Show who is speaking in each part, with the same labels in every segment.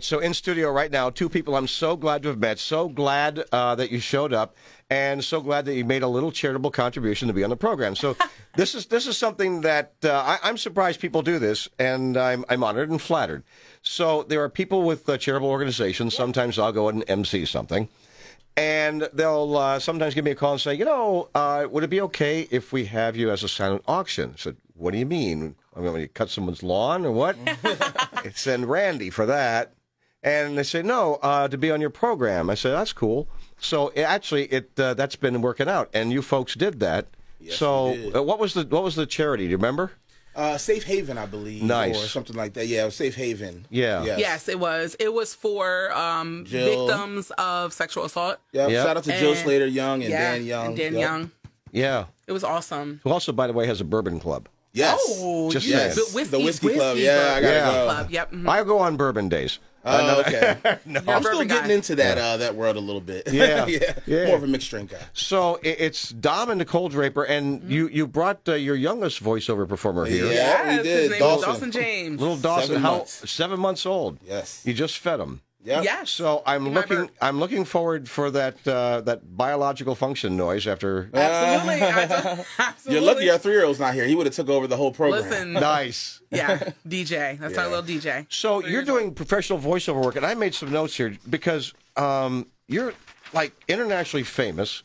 Speaker 1: So in studio right now, two people I'm so glad to have met. So glad uh, that you showed up, and so glad that you made a little charitable contribution to be on the program. So this is this is something that uh, I, I'm surprised people do this, and I'm I'm honored and flattered. So there are people with uh, charitable organizations. Sometimes I'll go and MC something, and they'll uh, sometimes give me a call and say, you know, uh, would it be okay if we have you as a silent auction? I said, what do you mean? I'm going to cut someone's lawn or what? it's then Randy for that. And they say, no, uh, to be on your program. I said, that's cool. So it, actually, it uh, that's been working out, and you folks did that. so
Speaker 2: we did.
Speaker 1: Uh, what was the what was the charity? Do you remember?
Speaker 2: Uh, Safe Haven, I believe,
Speaker 1: Nice.
Speaker 2: or something like that. Yeah, Safe Haven.
Speaker 1: Yeah.
Speaker 2: Yes.
Speaker 3: Yes, it was. It was for um,
Speaker 2: Jill.
Speaker 3: victims of sexual assault.
Speaker 2: Yep.
Speaker 1: Yep.
Speaker 2: Shout out to Jill
Speaker 3: And-
Speaker 2: Slater Young and
Speaker 3: yeah,
Speaker 2: Dan Young.
Speaker 3: And Dan
Speaker 2: Yep.
Speaker 3: Young.
Speaker 1: Yeah.
Speaker 3: It was awesome.
Speaker 1: Who also, by the way, has a bourbon club.
Speaker 2: Yes.
Speaker 3: Oh,
Speaker 1: Just
Speaker 3: you-
Speaker 1: saying.
Speaker 3: but whiskey,
Speaker 2: The whiskey club,
Speaker 3: whiskey
Speaker 2: yeah, I gotta
Speaker 3: Whiskey
Speaker 1: go.
Speaker 3: club. Yep. mhm.
Speaker 1: I go on bourbon days.
Speaker 2: Oh, okay.
Speaker 3: You're a
Speaker 2: I'm still
Speaker 3: bourbon
Speaker 2: getting
Speaker 3: guy.
Speaker 2: into that uh, that world a little bit.
Speaker 1: Yeah.
Speaker 2: yeah.
Speaker 1: Yeah.
Speaker 2: More of a mixed drink guy.
Speaker 1: So it, it's Dom and Nicole Draper, and you you brought uh, your youngest voiceover performer here.
Speaker 2: Yeah. we
Speaker 3: Mm-hmm. Yes,
Speaker 2: did.
Speaker 3: His name
Speaker 2: Dawson.
Speaker 3: was Dawson James.
Speaker 1: Little Dawson,
Speaker 2: Seven
Speaker 1: how
Speaker 2: months.
Speaker 1: seven months old?
Speaker 2: Yes.
Speaker 1: You just fed him.
Speaker 2: Yep.
Speaker 3: Yes.
Speaker 1: So I'm
Speaker 3: My
Speaker 1: looking.
Speaker 3: bird.
Speaker 1: I'm looking forward for that uh, that biological function noise after.
Speaker 3: Absolutely. I just- absolutely.
Speaker 2: You're lucky our three year old's not here. He would have took over the whole program.
Speaker 3: Listen.
Speaker 1: nice.
Speaker 3: Yeah, DJ. That's our little DJ.
Speaker 1: So you're
Speaker 3: years
Speaker 1: doing professional voiceover work, and I made some notes here because um, you're like internationally famous.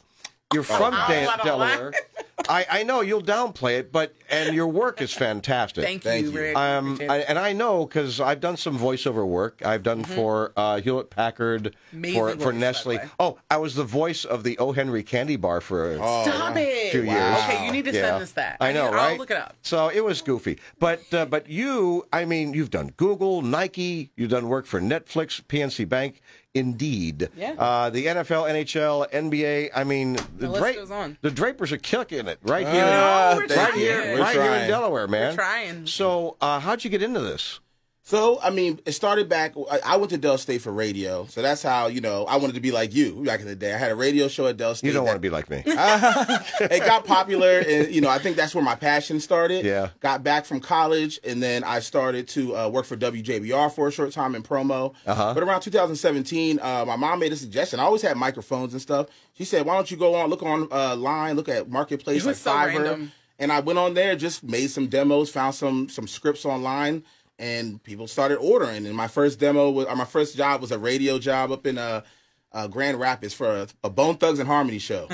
Speaker 1: You're from
Speaker 3: Oh, wow.
Speaker 1: Dan-
Speaker 3: I don't know
Speaker 1: Delaware. I, I know you'll downplay it, but and your work is fantastic.
Speaker 3: Thank,
Speaker 2: Thank
Speaker 3: you,
Speaker 2: you.
Speaker 3: Rick.
Speaker 1: Um,
Speaker 3: Appreciate
Speaker 1: I,
Speaker 3: it. Mm-hmm.
Speaker 1: and I know because I've done some voiceover work. I've done for uh, Hewlett Packard,
Speaker 3: Amazing
Speaker 1: for,
Speaker 3: voice,
Speaker 1: for
Speaker 3: by the
Speaker 1: Nestle.
Speaker 3: way.
Speaker 1: Oh, I was the voice of the O. Henry candy bar for.
Speaker 2: Oh, wow.
Speaker 3: Stop it.
Speaker 1: Two years.
Speaker 3: Okay, you need to send us that.
Speaker 1: I know,
Speaker 3: need-
Speaker 1: right?
Speaker 3: I'll look it up.
Speaker 1: So it was goofy, but uh, but you, I mean, you've done Google, Nike, you've done work for Netflix, PNC Bank, Indeed,
Speaker 3: Yeah.
Speaker 1: uh, the NFL, NHL, NBA. I mean, the,
Speaker 3: The list
Speaker 1: Dra-
Speaker 3: goes on.
Speaker 1: the Drapers are kicking it right here,
Speaker 2: Ah,
Speaker 3: No, we're
Speaker 2: thank
Speaker 1: right
Speaker 3: trying.
Speaker 2: you.
Speaker 1: here,
Speaker 2: We're
Speaker 1: right here in
Speaker 2: trying.
Speaker 1: Delaware, man.
Speaker 3: trying.
Speaker 1: So uh, how'd you get into this?
Speaker 2: So I mean, it started back. I- I went to Dell State for radio, so that's how you know I wanted to be like you back in the day. I had a radio show at Dell State.
Speaker 1: You don't
Speaker 2: that-
Speaker 1: want to be like me.
Speaker 2: it got popular, and you know, I think that's where my passion started.
Speaker 1: Yeah.
Speaker 2: Got back from college, and then I started to uh, work for WJBR for a short time in promo. Uh-huh. But around 2017, uh, my mom made a suggestion. I always had microphones and stuff. She said, "Why don't you go on, look on uh, line, look at marketplace
Speaker 3: It
Speaker 2: like
Speaker 3: was so
Speaker 2: Fiverr."
Speaker 3: random.
Speaker 2: And I went on there, just made some demos, found some some scripts online, and people started ordering. And my first demo, was, or my first job was a radio job up in uh, uh, Grand Rapids for a, a Bone Thugs and Harmony show.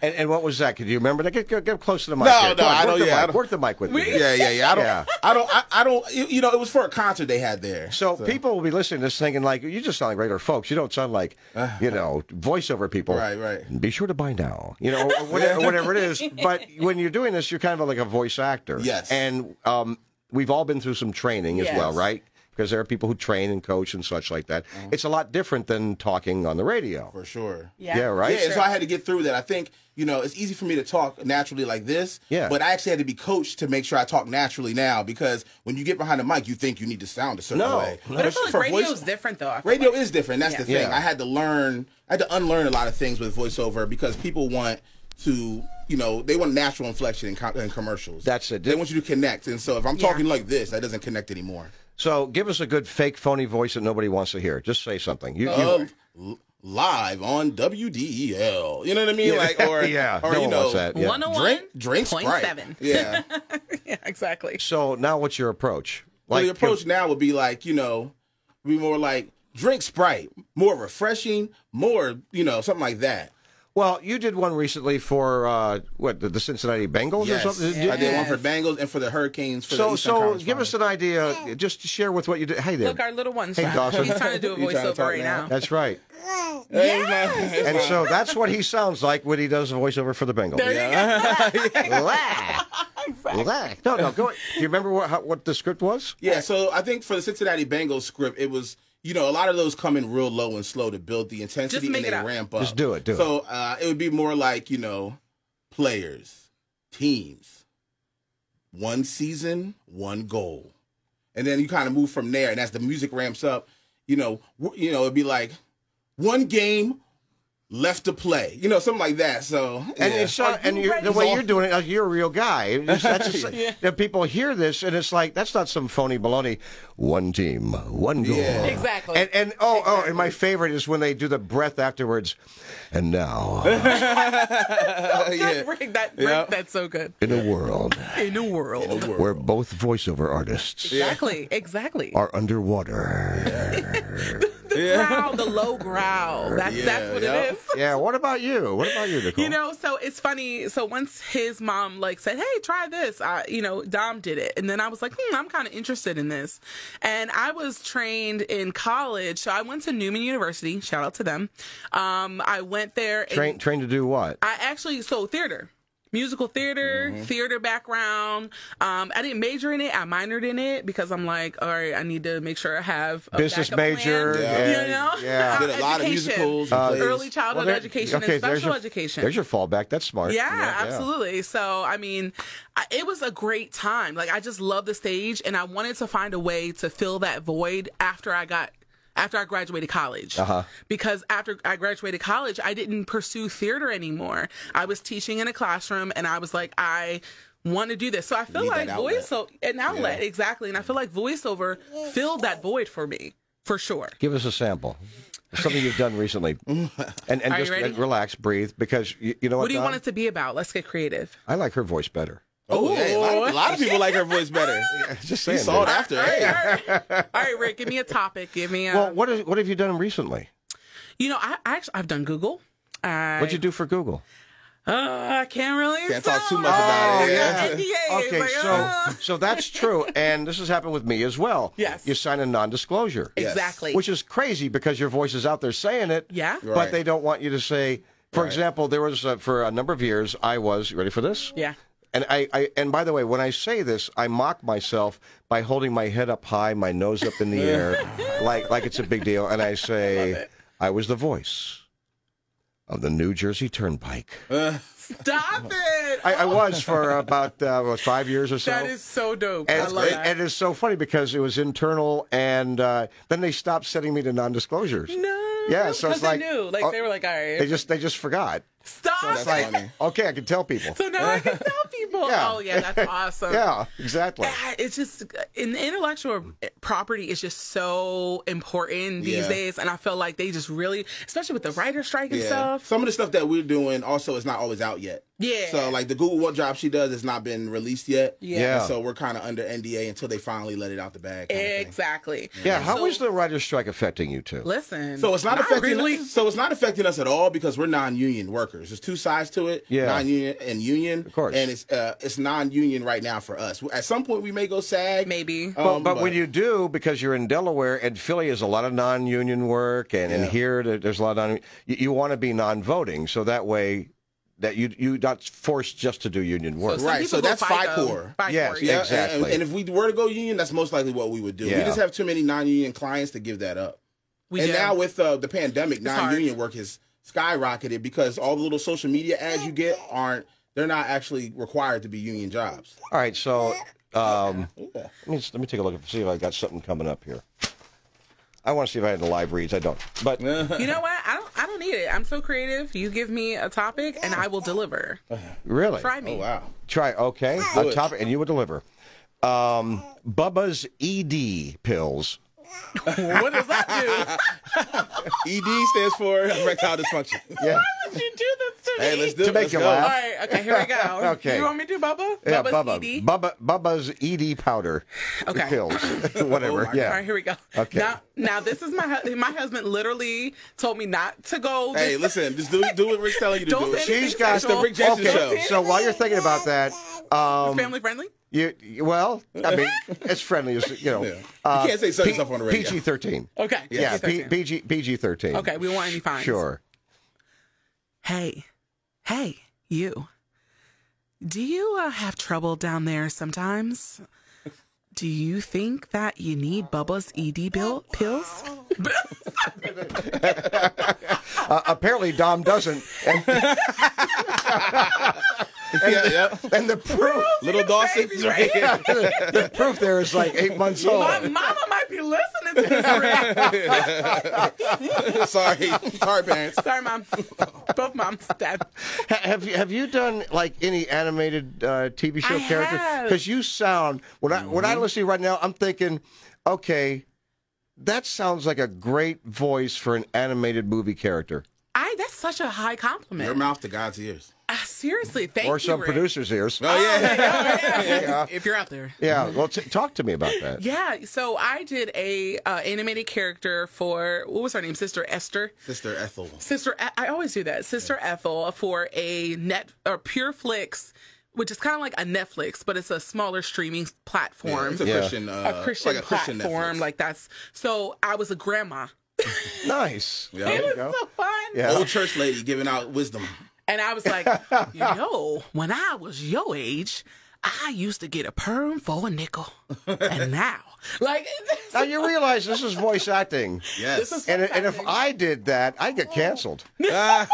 Speaker 1: And, and what was that? Could you remember that? Get, get, get close to the mic.
Speaker 2: No,
Speaker 1: here.
Speaker 2: no,
Speaker 1: Come on,
Speaker 2: I
Speaker 1: work
Speaker 2: don't-
Speaker 1: The
Speaker 2: yeah, I
Speaker 1: mic,
Speaker 2: don't-
Speaker 1: Work the mic with me. here.
Speaker 2: Yeah, yeah, yeah. I don't,
Speaker 1: Yeah.
Speaker 2: I don't, I, I don't. You, you know, it was for a concert they had there.
Speaker 1: So, people will be listening to this thinking like, you just sound like regular folks. You don't sound like, you know, voiceover people.
Speaker 2: Right, right.
Speaker 1: Be sure to buy now, you know, or whatever, whatever it is. But when you're doing this, you're kind of like a voice actor.
Speaker 2: Yes.
Speaker 1: And um, we've all been through some training as well,
Speaker 3: Yes.
Speaker 1: right? Because there are people who train and coach and such like that. It's a lot different than talking on the radio.
Speaker 2: for sure.
Speaker 3: Yeah.
Speaker 1: Yeah, right?
Speaker 2: Yeah, and so I had to get through that. I think you know it's easy for me to talk naturally like this.
Speaker 1: Yeah.
Speaker 2: But I actually had to be coached to make sure I talk naturally now because when you get behind the mic, you think you need to sound a certain
Speaker 1: No.
Speaker 2: way.
Speaker 3: But I feel like
Speaker 2: For
Speaker 3: radio's
Speaker 2: voice-
Speaker 3: different, though. I feel
Speaker 2: radio
Speaker 3: like.
Speaker 2: is different. That's the
Speaker 3: Yeah.
Speaker 2: thing.
Speaker 1: Yeah.
Speaker 2: I had to learn. I had to unlearn a lot of things with voiceover because people want to, you know, they want natural inflection in, com- in commercials.
Speaker 1: That's it.
Speaker 2: They want you to connect. And so if I'm
Speaker 3: Yeah.
Speaker 2: talking like this, that doesn't connect anymore.
Speaker 1: So give us a good fake phony voice that nobody wants to hear. Just say something. You, you-
Speaker 2: Um, l- live on WDEL. You know what I mean? Like or
Speaker 1: Yeah,
Speaker 2: or
Speaker 1: no
Speaker 2: you
Speaker 1: one
Speaker 2: know
Speaker 1: wants that. Yeah.
Speaker 3: 101.
Speaker 2: drink drink
Speaker 3: point
Speaker 2: Sprite.
Speaker 3: seven.
Speaker 2: Yeah.
Speaker 3: Yeah, exactly.
Speaker 1: so now what's your approach?
Speaker 2: well, the
Speaker 1: you're-
Speaker 2: approach now would be like you know, be more like drink Sprite, more refreshing, more you know something like that.
Speaker 1: Well, you did one recently for uh, what the, the Cincinnati Bengals
Speaker 2: Yes.
Speaker 1: or something.
Speaker 2: I did one for
Speaker 3: Yes.
Speaker 2: Bengals and for the Hurricanes. For the
Speaker 1: So,
Speaker 2: Eastern
Speaker 1: so
Speaker 2: Conference
Speaker 1: give us an idea. Just to share with what you did. Hey there.
Speaker 3: Look, our little one's
Speaker 1: Hey,
Speaker 3: trying,
Speaker 1: Dawson.
Speaker 3: he's trying to do a
Speaker 2: You trying to
Speaker 3: voiceover
Speaker 2: talk
Speaker 3: right
Speaker 2: now?
Speaker 3: now.
Speaker 1: That's right.
Speaker 2: Finals.
Speaker 1: And so that's what he sounds like when he does a voiceover for the Bengals.
Speaker 3: There you go.
Speaker 1: Laugh. Laugh. No, no. Go. Do you remember what how, what the script was?
Speaker 2: Yeah, so I think for the Cincinnati Bengals script, it was you know a lot of those come in real low and slow to build the intensity
Speaker 3: Just make
Speaker 2: and they
Speaker 3: it up.
Speaker 2: ramp up.
Speaker 1: Just do it, do
Speaker 2: so, So uh, it would be more like you know, players, teams, one season, one goal, and then you kind of move from there. And as the music ramps up, you know, w- you know it'd be like one game, left to play, you know, something like that. So
Speaker 1: And
Speaker 2: yeah.
Speaker 1: it's Sean, and
Speaker 3: you
Speaker 1: you're,
Speaker 3: ready?
Speaker 1: the way
Speaker 2: He's
Speaker 1: you're doing it, like, you're a real guy. It's just- that's just, that people hear this, and it's like that's not some phony baloney. One team, one goal.
Speaker 2: Yeah.
Speaker 3: Exactly.
Speaker 1: And and oh oh, and my favorite is when they do the breath afterwards. And now,
Speaker 2: yeah.
Speaker 3: Good, Rick, that, Rick,
Speaker 2: Yeah.
Speaker 3: that's so good.
Speaker 1: in a world
Speaker 3: In a world.
Speaker 1: where both voiceover artists
Speaker 3: Exactly. Exactly.
Speaker 1: are underwater.
Speaker 3: The growl, the low growl. That's
Speaker 2: Yeah,
Speaker 3: that's what
Speaker 2: yeah.
Speaker 3: it is.
Speaker 1: yeah. What about you? What about you, Nicole?
Speaker 3: You know, so it's funny. So once his mom like said, "Hey, try this," I, you know, Dom did it, and then I was like, "Hmm, I'm kind of interested in this." And I was trained in college, so I went to Newman University. Shout out to them. Um, I went there. and-
Speaker 1: train train to do what?
Speaker 3: I actually so theater. Musical theater,
Speaker 1: Mm-hmm.
Speaker 3: theater background. Um, I didn't major in it. I minored in it because I'm like, all right, I need to make sure I have a
Speaker 1: Business
Speaker 3: backup plan.
Speaker 1: major,
Speaker 2: Yeah.
Speaker 3: You know,
Speaker 1: yeah. Uh,
Speaker 2: Did a lot of
Speaker 3: Education.
Speaker 2: musicals and plays.
Speaker 3: early
Speaker 1: Well,
Speaker 3: childhood
Speaker 1: there-
Speaker 3: education
Speaker 1: okay,
Speaker 3: and
Speaker 1: there's
Speaker 3: special
Speaker 1: your-
Speaker 3: education.
Speaker 1: There's your fallback. That's smart.
Speaker 3: Yeah, absolutely. So, I mean, I, it was a great time. Like, I just love the stage, and I wanted to find a way to fill that void after I got. After I graduated college, uh-huh. because after I graduated college, I didn't pursue theater anymore. I was teaching in a classroom, and I was like, I want to do this. So I feel
Speaker 2: need
Speaker 3: like
Speaker 2: that outlet.
Speaker 3: voice an outlet exactly, and I feel like voiceover filled that void for me for sure.
Speaker 1: Give us a sample. Something you've done recently, and and
Speaker 3: Are you
Speaker 1: just
Speaker 3: ready?
Speaker 1: and relax, breathe, because you, you know what?
Speaker 3: What do you
Speaker 1: Don?
Speaker 3: want it to be about? Let's get creative.
Speaker 1: I like her voice better.
Speaker 2: Oh, yeah, a, lot of, a lot of people like her voice better.
Speaker 1: Just
Speaker 2: She
Speaker 1: saying,
Speaker 2: saw it
Speaker 1: dude.
Speaker 2: after.
Speaker 3: All right,
Speaker 2: Hey.
Speaker 3: all right. All right, Rick, give me a topic. Give me a.
Speaker 1: Well, what is what have you done recently?
Speaker 3: You know, I, I actually I've done Google. I,
Speaker 1: What'd you do for Google?
Speaker 3: Uh, I can't really
Speaker 2: Can't talk
Speaker 3: say.
Speaker 2: too much about
Speaker 1: Oh,
Speaker 2: it.
Speaker 1: yeah.
Speaker 3: NDA,
Speaker 1: Okay,
Speaker 3: like,
Speaker 1: so
Speaker 3: uh.
Speaker 1: so that's true, and this has happened with me as well.
Speaker 3: Yes.
Speaker 1: you sign a non-disclosure,
Speaker 3: Exactly.
Speaker 1: which is crazy because your voice is out there saying it.
Speaker 3: Yeah.
Speaker 2: Right.
Speaker 1: but they don't want you to say. For example, there was uh, for a number of years I was you ready for this.
Speaker 3: yeah.
Speaker 1: And I, I and by the way, when I say this, I mock myself by holding my head up high, my nose up in the air, like like it's a big deal, and I say I was the voice of the New Jersey Turnpike.
Speaker 3: Stop it.
Speaker 1: I, I was for about uh, what, five years or so.
Speaker 3: that is so dope.
Speaker 1: and,
Speaker 3: I love
Speaker 1: it-
Speaker 3: that.
Speaker 1: and it's so funny because it was internal, and uh, then they stopped sending me to non-disclosures.
Speaker 3: no.
Speaker 1: Yeah, so it's
Speaker 3: 'cause they
Speaker 1: like-
Speaker 3: knew. Like
Speaker 1: oh,
Speaker 3: they were like, all right,
Speaker 1: They just they just forgot.
Speaker 3: stop
Speaker 2: That's
Speaker 3: it.
Speaker 2: funny.
Speaker 1: Okay, I can tell people.
Speaker 3: So now I can tell people.
Speaker 1: Yeah.
Speaker 3: Oh yeah, that's awesome.
Speaker 1: Yeah, exactly.
Speaker 3: Yeah, it's just in intellectual property is just so important these
Speaker 2: Yeah.
Speaker 3: days, and I feel like they just really, especially with the writer strike and
Speaker 2: Yeah.
Speaker 3: stuff.
Speaker 2: Some of the stuff that we're doing also is not always out yet.
Speaker 3: Yeah.
Speaker 2: So like the Google What Job she does has not been released yet.
Speaker 3: Yeah.
Speaker 1: Yeah.
Speaker 2: And so we're kind of under NDA until they finally let it out the bag. kind of thing.
Speaker 3: Exactly.
Speaker 1: Yeah, how is
Speaker 3: So-
Speaker 1: the writer's strike affecting you two?
Speaker 3: Listen.
Speaker 2: So it's not, affecting
Speaker 3: really.
Speaker 2: us. So it's not affecting us at all because we're non-union workers. There's two sides to it:
Speaker 1: Yeah.
Speaker 2: non-union and union. Of
Speaker 1: course.
Speaker 2: And it's uh, it's non-union right now for us. At some point, we may go SAG.
Speaker 3: Maybe.
Speaker 1: But,
Speaker 2: um,
Speaker 1: but when you do, because you're in Delaware and Philly is a lot of non-union work, and, and
Speaker 2: Yeah.
Speaker 1: here there- there's a lot of non. You, you want to be non-voting, so that way that you you not forced just to do union work.
Speaker 3: some
Speaker 2: Right,
Speaker 3: people
Speaker 2: so
Speaker 3: go um,
Speaker 2: that's FICOR.
Speaker 3: FICOR,
Speaker 1: Yes,
Speaker 3: yeah.
Speaker 1: ex- Exactly.
Speaker 2: And, and if we were to go union, that's most likely what we would do.
Speaker 1: Yeah.
Speaker 2: We just have too many non-union clients to give that up.
Speaker 3: We
Speaker 2: and
Speaker 3: do.
Speaker 2: now with uh, the pandemic,
Speaker 3: hard.
Speaker 2: non-union work has skyrocketed because all the little social media ads you get aren't. They're not actually required to be union jobs.
Speaker 1: All right, so um,
Speaker 2: Yeah.
Speaker 1: let me let me take a look and see if I got something coming up here. I want to see if I had the live reads. I don't, but
Speaker 3: you know what? I don't. I don't need it. I'm so creative. You give me a topic, and I will deliver.
Speaker 1: really,
Speaker 3: Try me.
Speaker 2: Oh wow.
Speaker 1: Try okay
Speaker 2: Do
Speaker 1: on
Speaker 2: it.
Speaker 1: top, and you would deliver. Um, Bubba's ED pills.
Speaker 3: what does that
Speaker 2: ED E stands for erectile dysfunction.
Speaker 1: Yeah,
Speaker 3: do? Why would you do this to
Speaker 2: Hey,
Speaker 3: me?
Speaker 2: let's do
Speaker 1: To
Speaker 2: it.
Speaker 1: make
Speaker 2: Let's
Speaker 1: you
Speaker 2: go.
Speaker 1: laugh.
Speaker 3: All right. Okay. Here we go.
Speaker 1: Okay.
Speaker 3: You want me to do Bubba?
Speaker 1: yeah,
Speaker 3: Bubba's
Speaker 1: Bubba,
Speaker 3: ED?
Speaker 1: Bubba, Bubba's ED powder.
Speaker 3: Okay.
Speaker 1: pills, whatever.
Speaker 2: Oh my
Speaker 1: yeah.
Speaker 3: All right, here we go.
Speaker 1: Okay.
Speaker 3: Now, now this is my hu- my husband literally told me not to go.
Speaker 2: Hey,
Speaker 3: this-
Speaker 2: listen, just do do what Rick's telling you to
Speaker 3: Don't
Speaker 2: do.
Speaker 3: say
Speaker 2: She-
Speaker 3: anything
Speaker 1: She's got
Speaker 2: It's the Rick James
Speaker 1: okay,
Speaker 2: show.
Speaker 1: So while you're thinking about that, um,
Speaker 3: family friendly.
Speaker 1: you, you- well, I mean, as friendly as you know,
Speaker 2: Yeah. You
Speaker 1: Uh,
Speaker 2: can't say certain stuff on the radio.
Speaker 1: PG thirteen.
Speaker 3: Okay.
Speaker 1: Yeah,
Speaker 3: PG-13.
Speaker 1: P- PG PG thirteen.
Speaker 3: Okay, we want any fines.
Speaker 1: Sure.
Speaker 3: Hey, hey, you. Do you uh, have trouble down there sometimes? Do you think that you need Bubba's ED bill pills?
Speaker 1: Uh, apparently, Dom doesn't, and,
Speaker 2: yeah, yeah.
Speaker 1: and the proof,
Speaker 2: Little Dawson.
Speaker 3: Baby, right?
Speaker 1: the proof there is like eight months
Speaker 3: My
Speaker 1: old.
Speaker 3: mama might be listening to
Speaker 2: sorry, sorry, parents.
Speaker 3: Sorry, mom. Both moms, dad.
Speaker 1: Ha- Have you have you done like any animated uh, TV show
Speaker 3: I
Speaker 1: character?
Speaker 3: have.
Speaker 1: Because you sound when I when
Speaker 2: Mm-hmm.
Speaker 1: I listen to you right now, I'm thinking, okay, that sounds like a great voice for an animated movie character
Speaker 3: I that's such a high compliment.
Speaker 2: Your mouth to God's ears.
Speaker 3: Ah, seriously, thank
Speaker 1: or
Speaker 3: you.
Speaker 1: some
Speaker 3: Rick.
Speaker 1: producer's ears.
Speaker 2: Oh yeah.
Speaker 3: If you're out there.
Speaker 1: Yeah, well, t- talk to me about that.
Speaker 3: Yeah, so I did a uh, animated character for what was her name? Sister Esther.
Speaker 2: Sister Ethel.
Speaker 3: Sister, E- I always do that. Sister Ethel for a net or PureFlix, which is kind of like a Netflix, but it's a smaller streaming platform.
Speaker 2: It's a
Speaker 1: Yeah.
Speaker 2: Christian, uh,
Speaker 3: a Christian
Speaker 2: like a Christian
Speaker 3: platform,
Speaker 2: Netflix.
Speaker 3: like that's. So I was a grandma.
Speaker 1: Nice.
Speaker 2: Yeah. Oh.
Speaker 1: There
Speaker 3: It
Speaker 1: you
Speaker 3: was
Speaker 1: go.
Speaker 3: so fun.
Speaker 1: Yeah.
Speaker 2: old church lady giving out wisdom.
Speaker 3: And I was like, yo, when I was your age, I used to get a perm for a nickel. And now, like,
Speaker 1: Now you realize this is voice acting.
Speaker 2: Yes.
Speaker 3: This is-
Speaker 1: And, and if
Speaker 3: Acting. Oh.
Speaker 1: I did that, I'd get canceled.
Speaker 2: yes.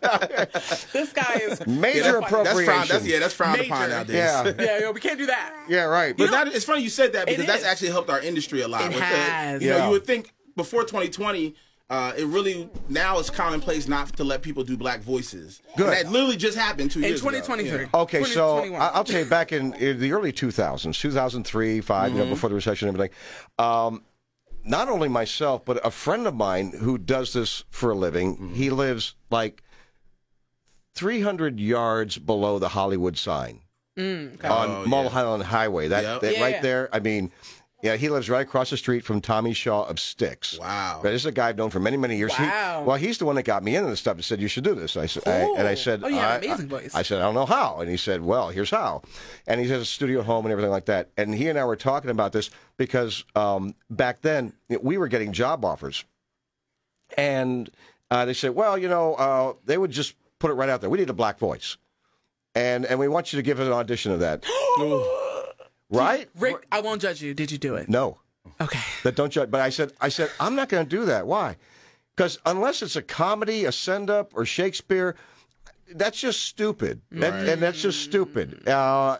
Speaker 3: this guy is.
Speaker 1: Major
Speaker 2: That's
Speaker 1: appropriation.
Speaker 2: frowned. That's, yeah, that's frowned
Speaker 3: Major.
Speaker 2: upon nowadays.
Speaker 1: Yeah.
Speaker 3: Yeah, yo, we can't do that.
Speaker 1: Yeah, right.
Speaker 2: But that, it's funny you said that because that's
Speaker 3: is.
Speaker 2: actually helped our industry a lot.
Speaker 3: It
Speaker 2: with the-
Speaker 3: has.
Speaker 2: you know,
Speaker 1: Yeah.
Speaker 2: you would think before 2020, uh, it really now it's commonplace not to let people do black voices.
Speaker 1: Good.
Speaker 2: And that literally just happened two
Speaker 3: In
Speaker 2: years ago.
Speaker 3: 2023.
Speaker 2: Yeah.
Speaker 1: Okay, so
Speaker 3: 2021.
Speaker 1: I- I'll tell you, back in, in the early 2000s, 2003, 5,
Speaker 2: Mm-hmm.
Speaker 1: you know, before the recession and everything, um, not only myself, but a friend of mine who does this for a living,
Speaker 2: Mm-hmm.
Speaker 1: he lives like 300 yards below the Hollywood sign on
Speaker 2: Oh, yeah.
Speaker 1: Mulholland Highway. That,
Speaker 2: Yep.
Speaker 1: that
Speaker 3: Yeah,
Speaker 1: right
Speaker 3: yeah.
Speaker 1: there, I mean, yeah, he lives right across the street from Tommy Shaw of Sticks.
Speaker 2: Wow.
Speaker 1: Right, this is a guy I've known for many, many years. He-
Speaker 3: Wow.
Speaker 1: well, he's the one that got me into this stuff and said, You should do this. I, s- I- and I
Speaker 3: Cool.
Speaker 1: said,
Speaker 3: Oh, you have
Speaker 1: I,
Speaker 3: an amazing
Speaker 1: I-
Speaker 3: voice.
Speaker 1: I said, I don't know how. And he said, Well, here's how. And he has a studio at home and everything like that. And he and I were talking about this because um, back then we were getting job offers. And uh, they said, Well, you know, uh, they would just put it right out there. We need a black voice. And, and we want you to give an audition of that. right?
Speaker 3: Rick, I won't judge you. Did you do it?
Speaker 1: No.
Speaker 3: Okay.
Speaker 1: that don't judge. But I said, I said, I'm not going to do that. Why? Because unless it's a comedy, a send up, or Shakespeare, that's just stupid. That- and that's just stupid. Uh,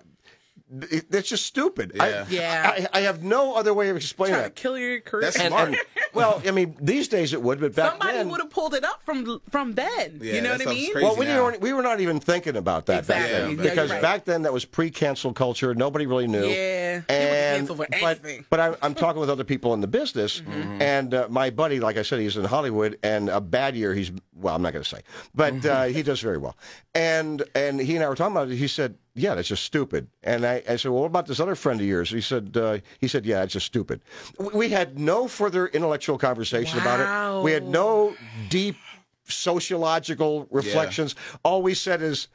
Speaker 1: th- that's just stupid.
Speaker 2: Yeah.
Speaker 1: I,
Speaker 3: Yeah.
Speaker 1: I, I have no other way of explaining
Speaker 3: Trying to
Speaker 1: that.
Speaker 3: kill your career.
Speaker 2: That's
Speaker 1: And-
Speaker 2: smart.
Speaker 1: and- well, I mean, these days it would, but back
Speaker 3: Somebody
Speaker 1: then,
Speaker 3: would have pulled it up from from then.
Speaker 2: Yeah,
Speaker 3: you
Speaker 2: that
Speaker 3: know what I
Speaker 2: sounds
Speaker 3: mean?
Speaker 2: crazy.
Speaker 1: well, we,
Speaker 2: now.
Speaker 1: didn't, we were not even thinking about that back
Speaker 3: Exactly.
Speaker 1: then.
Speaker 2: Yeah, back
Speaker 1: because
Speaker 2: then. Right.
Speaker 1: back then that was pre-cancel culture. Nobody really knew.
Speaker 3: Yeah. They wouldn't
Speaker 1: And,
Speaker 3: cancel for
Speaker 1: but
Speaker 3: anything. Mm-hmm.
Speaker 1: but I, I'm talking with other people in the business, and uh, my buddy, like I said, he's in Hollywood, and a bad year he's well, I'm not going to say, but
Speaker 3: Mm-hmm.
Speaker 1: uh, he does very well. And and he and I were talking about it. He said, "Yeah, that's just stupid." And I, I said, "Well, what about this other friend of yours?" He said, uh, "He said, yeah, that's just stupid." We, we had no further intellectual conversation about it. We had
Speaker 3: Wow.
Speaker 1: no deep sociological reflections. All we said is,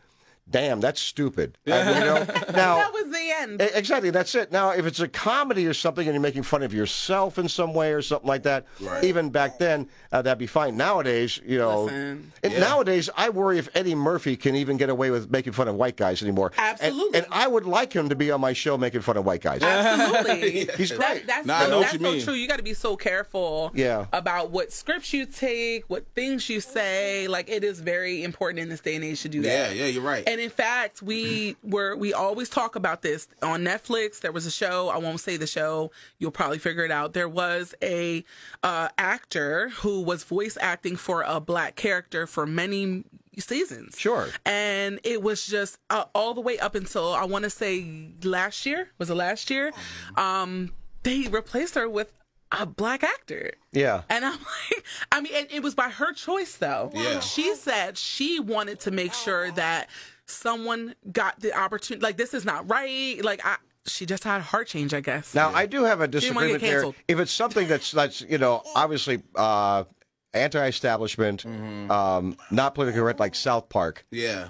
Speaker 1: "Damn, that's stupid." Uh, you know? Now
Speaker 3: that was the end.
Speaker 1: E- Exactly, that's it. Now, if it's a comedy or something, and you're making fun of yourself in some way or something like that,
Speaker 2: Right.
Speaker 1: even back then, uh, that'd be fine. Nowadays, you know,
Speaker 3: Listen.
Speaker 1: and nowadays I worry if Eddie Murphy can even get away with making fun of white guys anymore. And-
Speaker 3: Absolutely.
Speaker 1: and, I would like him to be on my show making fun of white guys.
Speaker 3: Absolutely.
Speaker 1: He's great.
Speaker 3: That, that's
Speaker 2: Nah, I
Speaker 3: the-
Speaker 2: know what
Speaker 3: that's
Speaker 2: you
Speaker 3: so
Speaker 2: mean.
Speaker 3: true. You got to be so careful
Speaker 1: Yeah.
Speaker 3: about what scripts you take, what things you say. Like it is very important in this day and age to do
Speaker 2: yeah,
Speaker 3: that.
Speaker 2: yeah, you're right.
Speaker 3: And in fact, we were we always talk about this on Netflix. There was a show. I won't say the show. You'll probably figure it out. There was a uh, actor who was voice acting for a black character for many seasons.
Speaker 1: Sure.
Speaker 3: And it was just uh, all the way up until I want to say last year. Was it last year? Um, they replaced her with a black actor.
Speaker 1: Yeah.
Speaker 3: And I'm like, I mean, and it was by her choice though.
Speaker 2: Yeah.
Speaker 3: She said she wanted to make sure that someone got the opportunity. Like, this is not right. Like, I, she just had a heart change, I guess.
Speaker 1: Now, I do have a
Speaker 3: didn't wanna get
Speaker 1: disagreement there.
Speaker 3: canceled.
Speaker 1: If it's something that's that's you know obviously uh, anti-establishment,
Speaker 2: Mm-hmm.
Speaker 1: um, not politically correct, like South Park.
Speaker 2: yeah.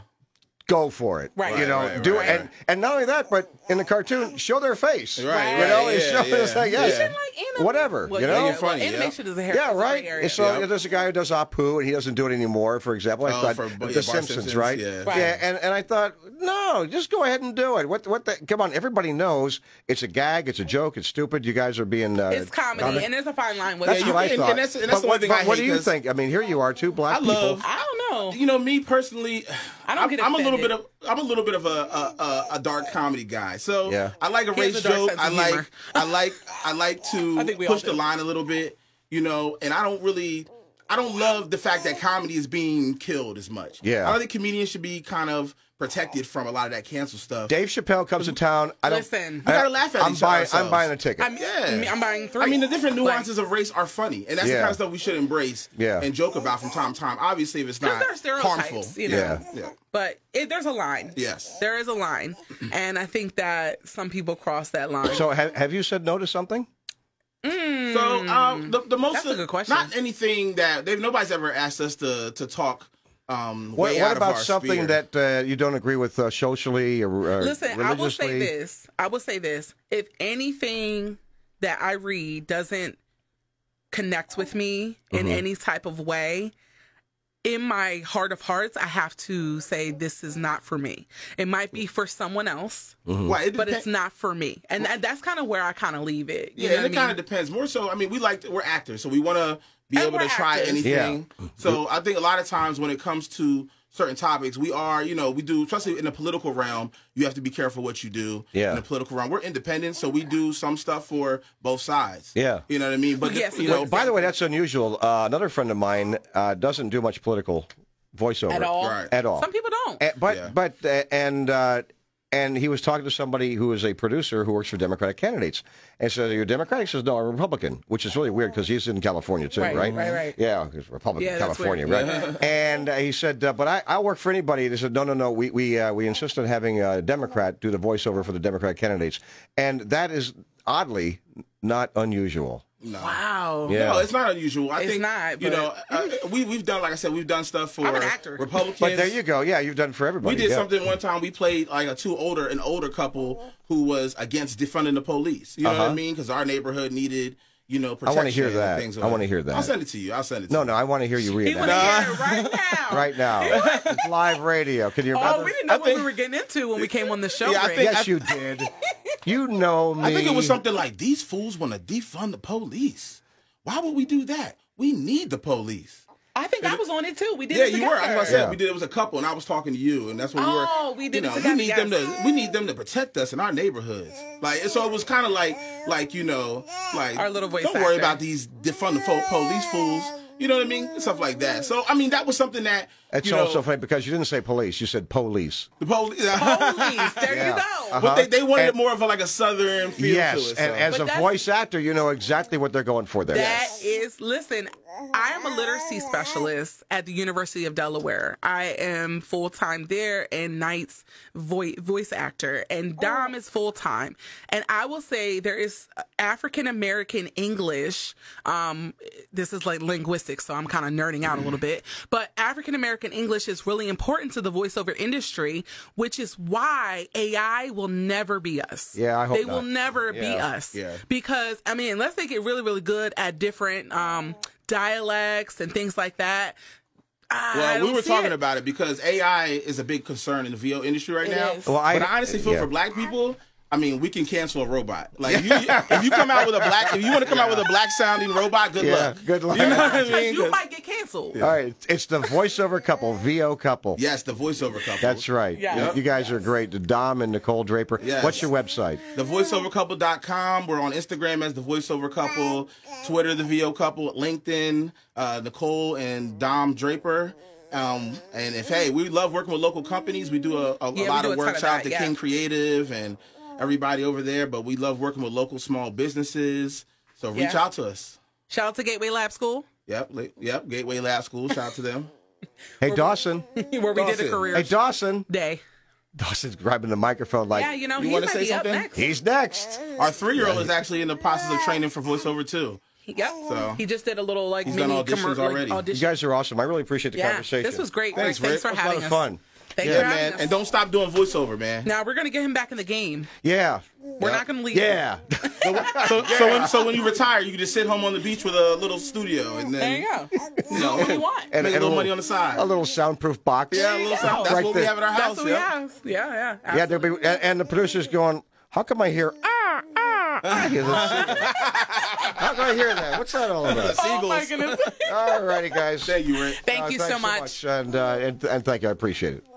Speaker 1: go for it.
Speaker 3: Right.
Speaker 1: You know,
Speaker 2: Right, right,
Speaker 1: do
Speaker 2: right,
Speaker 1: it. And,
Speaker 2: right.
Speaker 1: and not only that, but in the cartoon, show their face.
Speaker 2: Right,
Speaker 1: You know,
Speaker 2: right,
Speaker 1: they
Speaker 2: yeah,
Speaker 1: show it's
Speaker 2: yeah,
Speaker 1: like, yes.
Speaker 2: yeah.
Speaker 3: Like, anime-
Speaker 1: Whatever,
Speaker 3: Well,
Speaker 1: you know?
Speaker 3: yeah,
Speaker 2: You're
Speaker 3: well,
Speaker 2: funny,
Speaker 3: animation is a hair.
Speaker 1: Yeah,
Speaker 3: is a
Speaker 1: right.
Speaker 3: gray area.
Speaker 1: So
Speaker 2: Yeah.
Speaker 1: there's a guy who does Apu, and he doesn't do it anymore. For example, I
Speaker 2: Oh,
Speaker 1: thought
Speaker 2: for-
Speaker 1: The
Speaker 2: yeah, Bart
Speaker 1: Simpsons,
Speaker 2: Simpsons,
Speaker 1: right?
Speaker 2: yeah.
Speaker 3: Right.
Speaker 1: and, and I thought, no, just go ahead and do it. What? What? The, come on, everybody knows it's a gag, it's a joke, it's stupid. You guys are being uh,
Speaker 3: it's comedy, and there's a fine line with
Speaker 1: That's
Speaker 3: it.
Speaker 2: you
Speaker 1: what I
Speaker 2: can- and
Speaker 1: thought.
Speaker 2: that's- and that's
Speaker 1: but
Speaker 2: the one
Speaker 1: what,
Speaker 2: thing
Speaker 1: but
Speaker 2: I
Speaker 1: what
Speaker 2: hate
Speaker 1: do you
Speaker 2: 'cause-
Speaker 1: think? I mean, here you are, two black
Speaker 2: I love-
Speaker 1: people.
Speaker 3: I don't know. know.
Speaker 2: you know me personally
Speaker 3: I don't
Speaker 2: I'm,
Speaker 3: get
Speaker 2: I'm a little bit
Speaker 3: offended.
Speaker 2: of i'm a little bit of a a, a, a dark comedy guy so
Speaker 1: Yeah.
Speaker 2: i like a
Speaker 3: He has
Speaker 2: race
Speaker 3: a dark
Speaker 2: joke
Speaker 3: sense of
Speaker 2: i like
Speaker 3: humor.
Speaker 2: i like i like to
Speaker 3: I think we all
Speaker 2: push the
Speaker 3: do.
Speaker 2: line a little bit you know and i don't really i don't love the fact that comedy is being killed as much
Speaker 1: Yeah.
Speaker 2: i think comedians should be kind of protected from a lot of that cancel stuff
Speaker 1: Dave Chappelle comes to town. I don't.
Speaker 3: Listen.
Speaker 1: I,
Speaker 3: We
Speaker 2: gotta laugh at
Speaker 1: I'm
Speaker 2: each
Speaker 1: buying. I'm
Speaker 2: ourselves.
Speaker 1: buying a ticket.
Speaker 3: I'm,
Speaker 2: Yeah.
Speaker 3: I'm buying three.
Speaker 2: I mean, the different nuances of race are funny, and that's
Speaker 1: Yeah.
Speaker 2: the kind of stuff we should embrace
Speaker 1: Yeah.
Speaker 2: and joke about from time to time. Obviously, if it's not
Speaker 3: Because there are stereotypes,
Speaker 2: harmful,
Speaker 3: you know.
Speaker 1: Yeah.
Speaker 2: Yeah.
Speaker 3: But it, there's a line.
Speaker 2: Yes.
Speaker 3: There is a line. And I think that some people cross that line.
Speaker 1: so have, have you said no to something?
Speaker 2: So um, the, the most
Speaker 3: Hmm. That's a good question.
Speaker 2: Not anything that they've nobody's ever asked us to to talk. Um,
Speaker 1: What,
Speaker 2: way
Speaker 1: what
Speaker 2: out of
Speaker 1: about
Speaker 2: our
Speaker 1: something
Speaker 2: sphere.
Speaker 1: that uh, you don't agree with uh, socially or uh,
Speaker 3: Listen, I will
Speaker 1: religiously?
Speaker 3: say this. I will say this. If anything that I read doesn't connect with me
Speaker 1: Mm-hmm.
Speaker 3: in any type of way, in my heart of hearts, I have to say this is not for me. It might be for someone else,
Speaker 1: Mm-hmm.
Speaker 2: Why, it
Speaker 3: Mm-hmm. but
Speaker 2: depen-
Speaker 3: it's not for me. And that, that's kind of where I kind of leave it.
Speaker 2: Yeah,
Speaker 3: You know
Speaker 2: and
Speaker 3: what
Speaker 2: it
Speaker 3: I
Speaker 2: kind
Speaker 3: mean?
Speaker 2: of depends. More so, I mean, we like we're actors, so we want to be
Speaker 3: And
Speaker 2: able to
Speaker 3: we're
Speaker 2: try
Speaker 3: actors.
Speaker 2: anything. So I think a lot of times when it comes to certain topics, we are, you know, we do. Especially in the political realm, you have to be careful what you do.
Speaker 1: Yeah.
Speaker 2: In the political realm, we're independent, so we do some stuff for both sides.
Speaker 1: Yeah.
Speaker 2: You know what I mean? But
Speaker 3: Yes,
Speaker 2: you know,
Speaker 3: yes.
Speaker 1: By the way, that's unusual. Uh, another friend of mine uh, doesn't do much political voiceover
Speaker 3: At all.
Speaker 2: Right.
Speaker 1: At all.
Speaker 3: Some people don't.
Speaker 1: A- but
Speaker 2: Yeah.
Speaker 1: but uh, and uh, and he was talking to somebody who is a producer who works for Democratic candidates, and says, "Are you Democratic?" He says, "No, I'm Republican," which is really weird because he's in California too, right?
Speaker 3: Right, right, right.
Speaker 1: Yeah, he's Republican,
Speaker 3: Yeah, that's
Speaker 1: California,
Speaker 3: weird.
Speaker 1: right? and uh, he said, uh, "But I, I work for anybody." They said, "No, no, no. We we uh, we insist on having a Democrat do the voiceover for the Democratic candidates," and that is oddly not unusual.
Speaker 3: Wow.
Speaker 1: Yeah.
Speaker 2: No, it's not unusual. I
Speaker 3: It's
Speaker 2: think
Speaker 3: not,
Speaker 2: you
Speaker 3: but-
Speaker 2: know, uh, we we've done like I said, we've done stuff for
Speaker 3: I'm an actor.
Speaker 2: Republicans.
Speaker 1: But there you go. Yeah, you've done for everybody.
Speaker 2: We did
Speaker 1: yeah.
Speaker 2: something one time. We played like a two older an older couple who was against defunding the police. You know what I mean? Because our neighborhood needed you know protection.
Speaker 1: wanna hear
Speaker 2: and
Speaker 1: that.
Speaker 2: Things
Speaker 1: Uh-huh. I
Speaker 2: like
Speaker 1: wanna hear that.
Speaker 2: I'll send it to you. I'll send it. To
Speaker 1: No,
Speaker 2: you.
Speaker 1: no, I want to hear you read
Speaker 3: He
Speaker 1: that
Speaker 3: want to hear it right now.
Speaker 1: right now. it's live radio. Can you remember?
Speaker 3: Oh, we didn't know
Speaker 2: I
Speaker 3: what
Speaker 2: think-
Speaker 3: we were getting into when we came on the show.
Speaker 2: Yeah, I
Speaker 3: Rick.
Speaker 2: think-
Speaker 1: Yes, you did. You know me.
Speaker 2: I think it was something like these fools want to defund the police. Why would we do that? We need the police.
Speaker 3: I think I was on it too. We did
Speaker 2: Yeah,
Speaker 3: it
Speaker 2: you were.
Speaker 3: together.
Speaker 2: That's what I said.
Speaker 1: Yeah.
Speaker 2: We did. It was a couple, and I was talking to you, and that's when we were.
Speaker 3: Oh, we did
Speaker 2: You
Speaker 3: it
Speaker 2: know,
Speaker 3: together,
Speaker 2: we need them to.
Speaker 3: yes.
Speaker 2: We need them to protect us in our neighborhoods. Like, and so it was kind of like, like you know, like
Speaker 3: Our little voice
Speaker 2: Don't worry
Speaker 3: actor.
Speaker 2: about these defund the fo- police fools. You know what I mean? Stuff like that. So I mean, that was something that
Speaker 1: It's
Speaker 2: you know,
Speaker 1: also funny because you didn't say police. You said police.
Speaker 2: the police.
Speaker 3: Police. There
Speaker 1: Yeah.
Speaker 3: you go.
Speaker 1: Uh-huh.
Speaker 2: but they, they wanted
Speaker 1: And-
Speaker 2: more of a, like a southern feel
Speaker 1: yes,
Speaker 2: to it.
Speaker 1: and
Speaker 2: so.
Speaker 1: as
Speaker 3: But
Speaker 1: a
Speaker 3: that's-
Speaker 1: voice actor, you know exactly what they're going for there.
Speaker 3: That is, listen, I am a literacy specialist at the University of Delaware. I am full time there, and Knight's voice, voice actor, and Dom is full time. And I will say there is African American English. Um, this is like linguistics, so I'm kind of nerding out a little
Speaker 1: Mm-hmm.
Speaker 3: bit. But African American English is really important to the voiceover industry, which is why AI will never be us.
Speaker 1: Yeah, I hope
Speaker 3: they
Speaker 1: not.
Speaker 3: will never be
Speaker 1: Yeah,
Speaker 3: us
Speaker 2: yeah.
Speaker 3: because I mean, unless they get really, really good at different um, dialects and things like that. I
Speaker 2: Well, we
Speaker 3: don't
Speaker 2: were
Speaker 3: see
Speaker 2: talking
Speaker 3: it.
Speaker 2: about it because AI is a big concern in the VO industry right
Speaker 3: It
Speaker 2: now.
Speaker 3: is.
Speaker 1: Well, I-
Speaker 2: but I honestly feel
Speaker 1: yeah.
Speaker 2: for black people. I mean, we can cancel a robot. Like, if you, if you come out with a black, if you want to come out with a black sounding robot, good
Speaker 1: Yeah,
Speaker 2: luck.
Speaker 1: good luck.
Speaker 2: You know what I
Speaker 3: Like,
Speaker 2: mean?
Speaker 3: you might get canceled.
Speaker 1: All right, it's the voiceover couple, VO couple.
Speaker 2: Yes, the voiceover couple.
Speaker 1: That's right.
Speaker 3: Yeah.
Speaker 1: You guys are great. Dom and Nicole Draper.
Speaker 2: Yes.
Speaker 1: What's your website?
Speaker 2: The voiceovercouple.com. We're on Instagram as the voiceover couple, Twitter, the VO couple, LinkedIn, uh, Nicole and Dom Draper. Um, and if, hey, we love working with local companies. We do a, a, a
Speaker 3: we
Speaker 2: lot
Speaker 3: do
Speaker 2: of
Speaker 3: a ton of
Speaker 2: work. Shout
Speaker 3: that,
Speaker 2: out to
Speaker 3: yeah.
Speaker 2: King Creative and everybody over there. But we love working with local small businesses. So reach
Speaker 3: Yeah.
Speaker 2: out to us.
Speaker 3: Shout out to Gateway Lab School
Speaker 2: Yep, li- yep. Gateway Lab School. Shout out to them.
Speaker 1: Hey, Dawson.
Speaker 3: where we did
Speaker 2: Dawson.
Speaker 3: a career
Speaker 1: Hey, Dawson.
Speaker 3: day.
Speaker 1: Dawson's grabbing the microphone like
Speaker 3: Yeah, you know
Speaker 2: You
Speaker 3: he
Speaker 2: wanna
Speaker 3: might
Speaker 2: say
Speaker 3: be
Speaker 2: something?
Speaker 3: up next.
Speaker 1: he's next.
Speaker 2: Our three-year-old is actually in the process of training for voiceover too.
Speaker 3: Yep.
Speaker 2: So-
Speaker 3: he just did a little like
Speaker 2: He's done
Speaker 3: mini
Speaker 2: auditions
Speaker 3: commer- like,
Speaker 2: already.
Speaker 1: You
Speaker 3: audition.
Speaker 1: guys are awesome. I really appreciate the
Speaker 3: yeah,
Speaker 1: conversation.
Speaker 3: this was great.
Speaker 2: Thanks,
Speaker 3: Rick. Thanks
Speaker 2: Rick.
Speaker 3: for
Speaker 1: That was a lot
Speaker 3: having
Speaker 1: of
Speaker 3: us.
Speaker 1: fun.
Speaker 3: Thanks
Speaker 2: Yeah,
Speaker 3: for having
Speaker 2: man.
Speaker 3: us.
Speaker 2: And don't stop doing voiceover, man.
Speaker 3: now we're gonna get him back in the game.
Speaker 1: Yeah.
Speaker 3: We're not gonna leave. him.
Speaker 1: Yeah.
Speaker 2: So, so, when, so when you retire, you can just sit home on the beach with a little studio and
Speaker 3: There
Speaker 2: then
Speaker 3: you go.
Speaker 2: you know,
Speaker 3: What do you want?
Speaker 2: Make a little money on the side.
Speaker 1: A little soundproof box.
Speaker 2: yeah, a little something. That's
Speaker 1: Right
Speaker 2: what
Speaker 1: there.
Speaker 2: we have at our
Speaker 3: That's
Speaker 2: house.
Speaker 3: what we
Speaker 2: yeah.
Speaker 3: have. Yeah, yeah.
Speaker 1: Yeah, there'll be
Speaker 3: Oh
Speaker 1: and, and the producer's going, How come I hear ah ah? ah?" How can I hear that? What's that all about?
Speaker 3: Oh my
Speaker 2: Seagulls.
Speaker 3: goodness.
Speaker 1: All righty, guys.
Speaker 2: Thank you, Rick.
Speaker 3: Thank you
Speaker 1: thanks
Speaker 3: so much.
Speaker 1: uh, And, uh, and and thank you. I appreciate it.